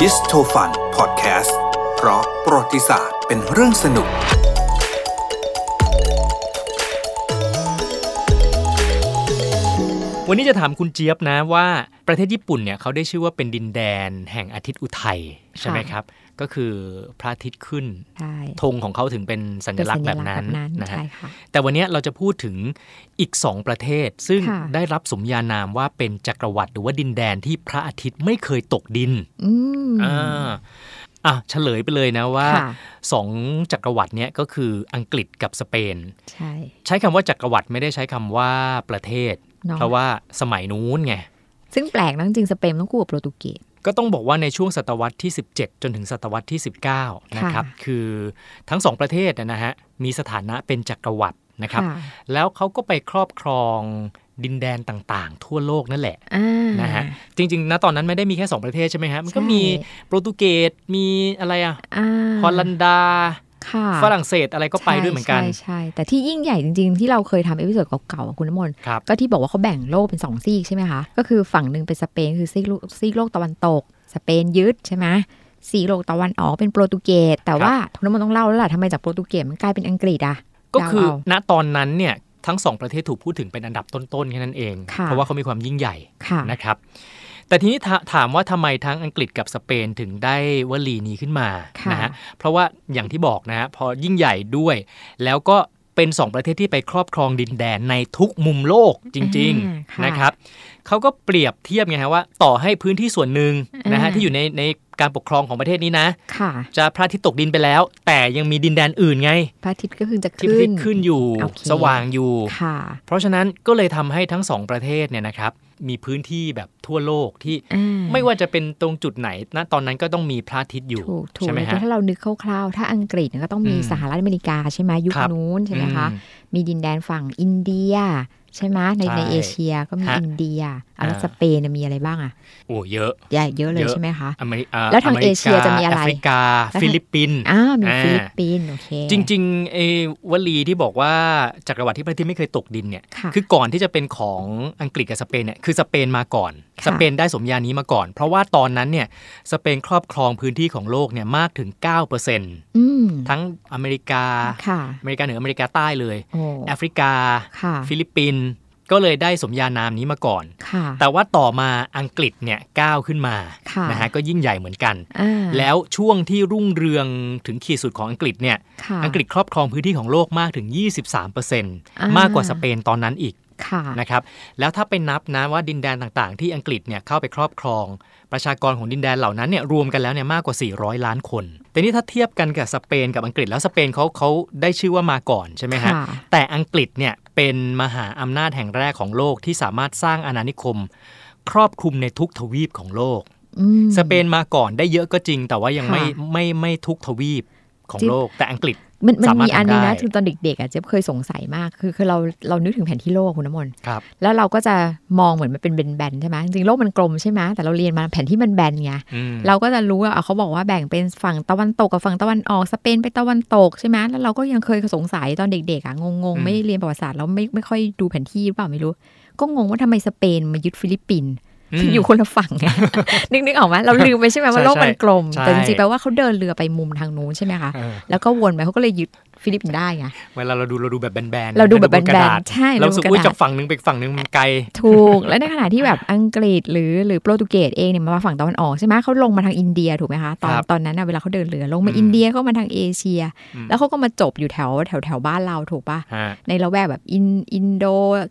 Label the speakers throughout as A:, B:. A: ฮิสโ o ฟันพอดแคสต์เพราะประวัติศาสตร์เป็นเรื่องสนุก
B: วันนี้จะถามคุณเจี๊ยบนะว่าประเทศญี่ปุ่นเนี่ยเขาได้ชื่อว่าเป็นดินแดนแห่งอาทิตย์อุทัยใช่ไหมครับ ก็คือพระอาทิตย์ขึ้น
C: ใช่
B: ธงของเขาถึงเป็นสัญลักษณ์แบบนั้น
C: เป็สัญลักษณ์แบบ
B: นะฮะ
C: ใช่ค่ะ
B: แต่วันนี้เราจะพูดถึงอีก 2 ประเทศ ซึ่ง
C: ค่ะ
B: ได้รับสมญานามว่าเป็นจักรวรรดิหรือว่าดินแดนที่พระอาทิตย์ไม่เคยตกดิน
C: อืม
B: อ่าอ่ะเฉลยไปเลยนะว่า
C: ค่ะ
B: สองจักรวรรดิเนี่ยก็คืออังกฤษกับสเปน
C: ใช่
B: ใช้คำว่าจักรวรรดิไม่ได้ใช้คำว่าประเทศ
C: เนาะ
B: เพราะว่าสมัยนู้นไง
C: ซึ่งแปลกนะจริงๆสเปนต้องคู่กับโปรตุเกส
B: ก็ต้องบอกว่าในช่วงศตวรรษที่ 17 จนถึงศตวรรษที่ 19 นะครับ
C: ค่ะ
B: คือทั้งสองประเทศนะฮะ มีสถานะเป็นจักรวรรดินะครับ
C: ค่ะ
B: แล้วเขาก็ไปครอบครองดินแดนต่างๆ ทั่วโลกนั่นแหละ
C: อ่า
B: นะฮะ จริงๆ นะตอนนั้นไม่ได้มีแค่ 2 ประเทศใช่ไหมฮะ มันก็
C: ใช่
B: มีโปรตุเกส มีอะไรอะ
C: อ่า
B: ฮอลันดา
C: ค่ะ
B: ฝรั่งเศสอะไรก็ไปด้วยเหมือนกัน
C: ใช่ใช่ใช่แต่ที่ยิ่งใหญ่จริง ๆ ที่เราเคยทำเอพิโซดเก่าๆอะคุณน้ำมนต์
B: ครับ
C: ก็ที่บอกว่าเขาแบ่งโลกเป็นสองซีกใช่ไหมคะก็คือฝั่งหนึ่งเป็นสเปนคือซีกโลกซีกโลกตะวันตก สเปนยึดใช่ไหมซีกโลกตะวันออกเป็นโปรตุเกสแต่ว่าคุณน้ำมนต์ต้องเล่าแล้วล่ะทำไมจากโปรตุเกสมันกลายเป็นอังกฤษอะ
B: ก็คือ
C: เดาเอา
B: ณ ตอนนั้นเนี่ย ทั้งสองประเทศถูกพูดถึงเป็นอันดับต้นๆ แค่นั้นเอง
C: ค่ะ
B: เพราะว่าเขามีความยิ่งใหญ่
C: ค่ะ
B: นะครับ แต่ทีนี้ถาถามว่าทำไมทั้งอังกฤษกับสเปนถึงได้วลีนี้ขึ้นมา
C: ค่ะ
B: นะฮะ เพราะว่าอย่างที่บอกนะฮะพอยิ่งใหญ่ด้วย แล้วก็เป็นสองประเทศที่ไปครอบครองดินแดนในทุกมุมโลกจริง
C: อ่า
B: ๆ
C: ค่ะ
B: นะครับเขาก็เปรียบเทียบไงฮะว่าต่อให้พื้นที่ส่วนหนึ่งนะฮะ
C: อ่า
B: ที่อยู่ในในการปกครองของประเทศนี้นะ
C: ค่ะ
B: จะพระอาทิตย์ตกดินไปแล้ว แต่ยังมีดินแดนอื่นไง
C: พระอาทิตย์ก็คือจะ
B: ที่พระอาทิ
C: ขึ้น
B: ตย์ขึ้นอยู่
C: โอเค
B: สว่างอยู่
C: ค่ะ
B: เพราะฉะนั้นก็เลยทำให้ทั้งสองประเทศเนี่ยนะครับมีพื้นที่แบบทั่วโลกที่
C: อ่
B: ไม่ว่าจะเป็นตรงจุดไหนนะตอนนั้นก็ต้องมีพระอาทิตย์อยู่
C: ถูกถูก
B: ใช่ไหม
C: แต่
B: ฮะ
C: ถ้าเรานึกคร่าวๆ ถ้าอังกฤษเนี่ยก็ต้องมี
B: อืม
C: สหรัฐอเมริกาใช่ไหมยุค
B: ครับ
C: นู้นใช่ไหมคะ
B: อื
C: มีดินแดนฝั่งอินเดีย ใช่ไหมใน
B: ใช่
C: ในเอเชียก็มี
B: ฮะ
C: อินเดียอ่ะแล้ว
B: อ่า
C: สเปนเนี่ยมีอะไรบ้างอ่ะ
B: โอ้เยอะ
C: ใหญ่เยอะเลย
B: เยอะ
C: ใช่ไหมคะ
B: อเมริก
C: แล้วทาง
B: มริก
C: เอเชียจะมีอะไร
B: แอฟริกา
C: แล้วทาง
B: ฟิลิปปินส์
C: อ้าวมี
B: อ่า
C: ฟิลิปปินส์โอเค
B: จริงๆไอ้วลีที่บอกว่าจักรวรรดิที่พระอาทิตย์ไม่เคยตกดินเนี่ย
C: ค่ะ
B: คือก่อนที่จะเป็นของอังกฤษกับสเปนเนี่ย คือสเปนมาก่อน
C: ค่ะ
B: สเปนได้สมญานี้มาก่อน เพราะว่าตอนนั้นเนี่ย สเปนครอบครองพื้นที่ของโลกเนี่ยมากถึง 9%
C: อืม
B: ทั้งอเมริกา
C: ค่ะ
B: อเมริกาเหนืออเมริกาใต้เลย
C: โอ้
B: แอฟริกา
C: ค่ะ
B: ฟิลิปปินส์ ก็เลยได้สมญานามนี้มาก่อน
C: ค่ะ
B: แต่ว่าต่อมาอังกฤษเนี่ยก้าวขึ้นมา
C: ค่ะ
B: นะฮะก็ยิ่งใหญ่เหมือนกัน
C: อ่า
B: แล้วช่วงที่รุ่งเรืองถึงขีดสุดของอังกฤษเนี่ย
C: ค่ะ
B: อังกฤษครอบครองพื้นที่ของโลกมากถึง 23%มากกว่าสเปนตอนนั้นอีก
C: ค่ะ
B: นะครับแล้วถ้าไปนับนะว่าดินแดนต่างๆ ที่อังกฤษเนี่ยเข้าไปครอบครอง ประชากรของดินแดนเหล่านั้นเนี่ยรวมกันแล้วเนี่ยมากกว่า 400 ล้านคน แต่นี่ถ้าเทียบกันกับสเปนกับอังกฤษแล้วสเปนเขาเขาได้ชื่อว่ามาก่อนใช่ไหมฮะ
C: ค่ะ
B: แต่อังกฤษเนี่ยเป็นมหาอำนาจแห่งแรกของโลกที่สามารถสร้างอาณานิคม ครอบคลุมในทุกทวีปของโลก
C: อืม
B: สเปนมาก่อนได้เยอะก็จริง แต่ว่ายัง
C: ค่ะ
B: ไม่ไม่ไม่ทุกทวีปของ
C: จริง
B: โลก แต่อังกฤษ
C: มันมัน
B: สามารถ
C: มีอันนึงนะ
B: ทำได้
C: คือตอนเด็กๆอ่ะเจ๊ยบเคยสงสัยมากคือคือเราเรานึกถึงแผนที่โลกคุณน้ำมนต์
B: ครับ
C: แล้วเราก็จะมองเหมือนมันเป็นแบนๆใช่ไหมจริงๆโลกมันกลมใช่ไหมแต่เราเรียนมาแผนที่มันแบนไงเราก็จะรู้ว่าอ่ะเขาบอกว่าแบ่งเป็นฝั่งตะวันตกกับฝั่งตะวันออกสเปนไปตะวันตกใช่ไหมแล้วเราก็ยังเคยสงสัยตอนเด็กๆอ่ะงง
B: อืม
C: ๆไม่ได้เรียนประวัติศาสตร์แล้วไม่ไม่ค่อยดูแผนที่หรือเปล่าไม่รู้ ก็งงว่าทำไมสเปนมายึดฟิลิปปินส์ที่อยู่
B: ค
C: คนละ ฝั่งไง นึกนึกออกไหมเราลืมไปใช่ไหมว่า
B: ใช่
C: โลกมันกลม
B: ใช่
C: แต่จริงๆแปลว่าเขาเดินเรือไปมุมทางนู้นใช่ไหมคะแล้วก็วนไปเขาก็เลยยึดฟิลิปปินส์ได้ไง
B: เวลาเราดูเราดูแบบแบนๆ
C: เราดูแบบ
B: ไม่
C: แบ
B: ไกระ
C: น
B: ดาษ
C: ๆใช่
B: เรารู้สึก
C: ดู
B: อุ้ย
C: ระด
B: จา
C: ษ
B: กฝั่งหนึงไปอีกฝั่งหนึงมันไกล
C: ถูก และในขณะที่แบบอังกฤษหรือหรือโปรตุเกสเองเนี่ยมาฝั่งตะวันออกใช่ไหมเขาลงมาทางอินเดียถูกไหมคะตอน
B: ครับ
C: ตอนนั้นน่ะเวลาเขาเดินเรือลงมา
B: อืม
C: อินเดียก็มาทางเอเชีย
B: อืม
C: แล้วเขาก็มาจบอยู่แถวแถวแถวบ้านเราถูกปะ
B: ฮะ
C: ในละแวกแบบอินอินโด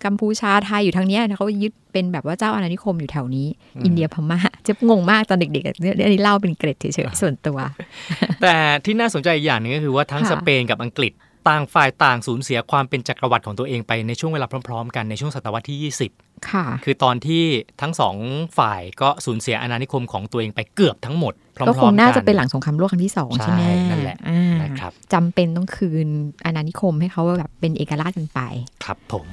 C: กัมพูชาไทยอยู่ทางเนี้ยเขายึดเป็นแบบว่าเจ้าอาณานิคมอยู่แถวนี้ อินเดียพม่าเจะงงมากตอนเด็กๆอ่ะเนี่ยอันนี้เล่าเป็นเกร็ดเฉยๆส่วนตัว
B: แต่ที่น่าสนใจอีกอย่างหนึงก็คือว่าทั้ง
C: ค่ะ
B: สเปนกับอังกฤษต่างฝ่ายต่างสูญเสียความเป็นจักรวรรดิของตัวเองไปในช่วงเวลาพร้อมๆ กันในช่วงศตวรรษที่ 20
C: ค่ะ
B: คือตอนที่ทั้งสองฝ่ายก็สูญเสียอาณานิคมของตัวเองไปเกือบทั้งหมด พร้อมๆ
C: ก็
B: กัน
C: คงน่าจะเป็นหลังสงครามโลกครั้งที่สอง
B: ใช่
C: ใช่ไหม
B: นั่นแหละ
C: อ่า
B: ะครับ
C: จำเป็นต้องคืนอาณานิคมให้เขาแบบเป็นเอกราชกันไป
B: ครับผม